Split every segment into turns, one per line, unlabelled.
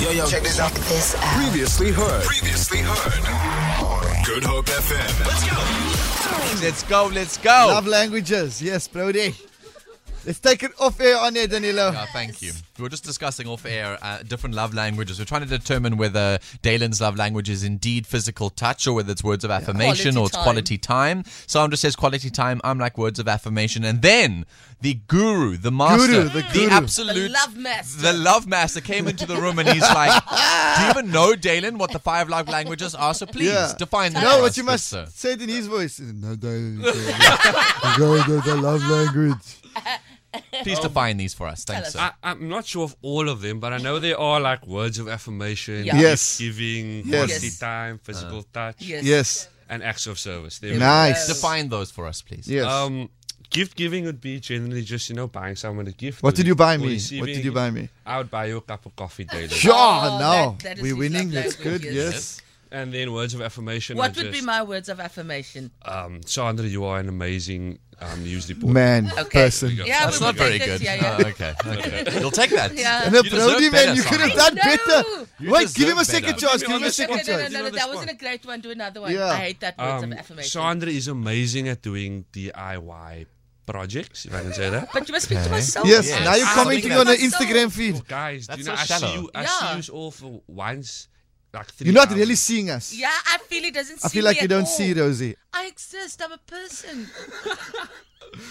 Yo, yo,
Check this out.
This out.
Previously heard. Previously heard. Good Hope FM. Let's go.
Let's go, let's go.
Oh.
Love languages. Yes, Brody. Let's take it off air on air, Danilo.
Yeah, Uh, thank you. We were just discussing off air uh, different love languages. We're trying to determine whether Dalen's love language is indeed physical touch or whether it's words of affirmation
Quality
or it's
time.
quality time. Sandra says quality time. I'm like words of affirmation. And then the guru, the master,
Guru, the guru.
absolute.
The love master.
the love master came into the room and he's like, Do you even know, Dalen, what the five love languages are? So please
Yeah.
define them.
No,
for
but
us,
you
good
must
sir."
say it in his voice. No, don't. Go to the love language.
Please define these for us. Thanks, sir.
I, I'm not sure of all of them, but I know there are like words of affirmation,
Yeah.
Yes.
giving,
Yes.
quality time, physical touch,
Yes.
Yes.
and acts of service. There we go.
Nice.
Define those for us, please.
Yes.
Um, gift giving would be generally just you know buying someone a gift.
What
or-
did you buy
or
me? What
receiving
did you
a
buy
gift.
me?
I would buy you a cup of coffee daily.
Sure,
Oh,
now
that- that is
we're
his
winning.
love
That's good.
language,
Yes.
yes.
And then words of affirmation.
What
are
would be
just,
my words of affirmation?
Um, Sandra, you are an amazing um, news reporter.
Man,
Okay.
person.
Yeah,
That's
we
not
would
very
take this,
good.
Yeah, yeah.
Oh, okay. okay. You'll take that.
Yeah.
And a
You deserve
Brody,
better,
man, you could have
Simon.
done
No.
better.
You
Wait, give
deserve
him a second
better.
chance. Give
Maybe
him
on
a
the
second
second
No, no,
chance.
no, no,
Another
that wasn't a
spot.
great one. Do another one.
Yeah.
I hate that words
Um,
of affirmation.
Sandra is amazing at doing DIY projects, if I can say that.
But you must speak to my soul.
Yes,
Yes.
now you're
I
commenting
think
on her
that's-
Instagram feed.
Oh, Guys, do
That's
you know,
so
I
shallow.
see you, I
Yeah.
see you all for once, like three
You're not
hours.
really seeing us.
Yeah, I feel he doesn't see
I feel
me
like you
at
don't
all.
see Rosie.
I exist. I'm a person.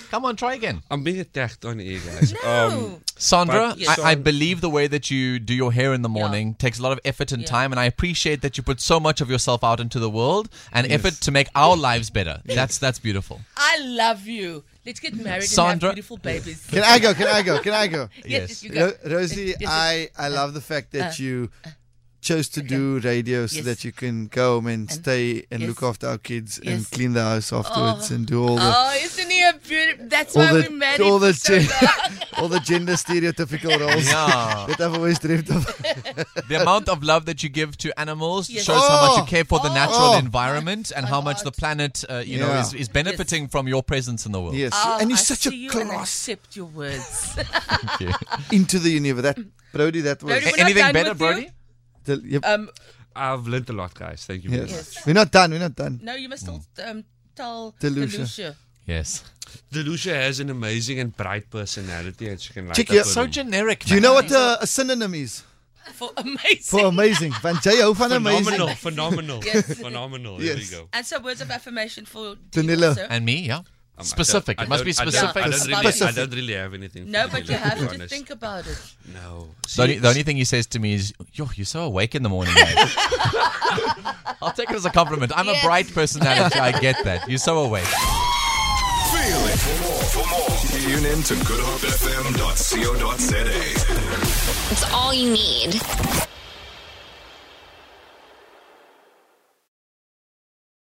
Come on, try again.
I'm being attacked on air, guys. Oh,
Um,
No.
Sandra,
But-
I, I
Yes.
believe the way that you do your hair in the morning takes a lot of effort and time, and I appreciate that you put so much of yourself out into the world and effort to make our lives better. That's that's beautiful.
I love you. Let's get married and
Sandra-
have beautiful babies.
Can I go? Can I go? Can I go?
Yes,
Yes.
you go.
Ro- Rosie,
Yes, yes.
I,
uh,
I love the fact that you chose to do radio so
Yes.
that you can go home and, stay and
yes.
look after our kids and
Yes.
clean the house afterwards and do all the
Oh, isn't he a beautiful? That's
all
why
the
we married.
all the
for so long.
gen- all the gender stereotypical roles
Yeah.
that I've always dreamt of.
the amount of love that you give to animals
Yes.
shows how much you
Oh.
care for the natural
Oh.
environment and how much the planet, uh, you know,
Yeah.
is, is benefiting from your presence in the world.
Yes,
Oh,
and you're
I
such
see
a
you and
class
accept your words.
Thank you.
into the universe. That Brody, that was.
Brody, we're
A-
not
Anything
done
better,
with you.
Brody?
the- yep,
Um,
I've learned a lot, guys. Thank you. very
yes.
much.
we're not done. We're not done.
no, you must still um, tell
Delusia.
Delusia.
Yes.
Delusia has an amazing and bright personality, and she can light
Check
up
it out.
a
So
room.
generic.
Do you
man.
know what uh, a, a synonym is
for amazing.
for amazing? Van Jay, how fun amazing.
phenomenal, phenomenal,
Yes.
phenomenal. There
Yes.
we go.
and so words of affirmation for
Danilo.
Danilo. Also.
And me, yeah.
Um, I
Specific.
don't-
It must be
I don't-
specific.
I don't, really- I don't, really,
Specific.
have anything. for
No, but you
Danilo,
have
be
to
honest.
think about it.
No.
The only,
See,
the only thing he says to me is, "Yo, you're so awake in the morning." mate." I'll take it as a compliment. I'm
Yes.
a bright personality. I get that. You're so awake.
Feel it for more. For more, tune in to goodhopefm.co.za.
It's all you need.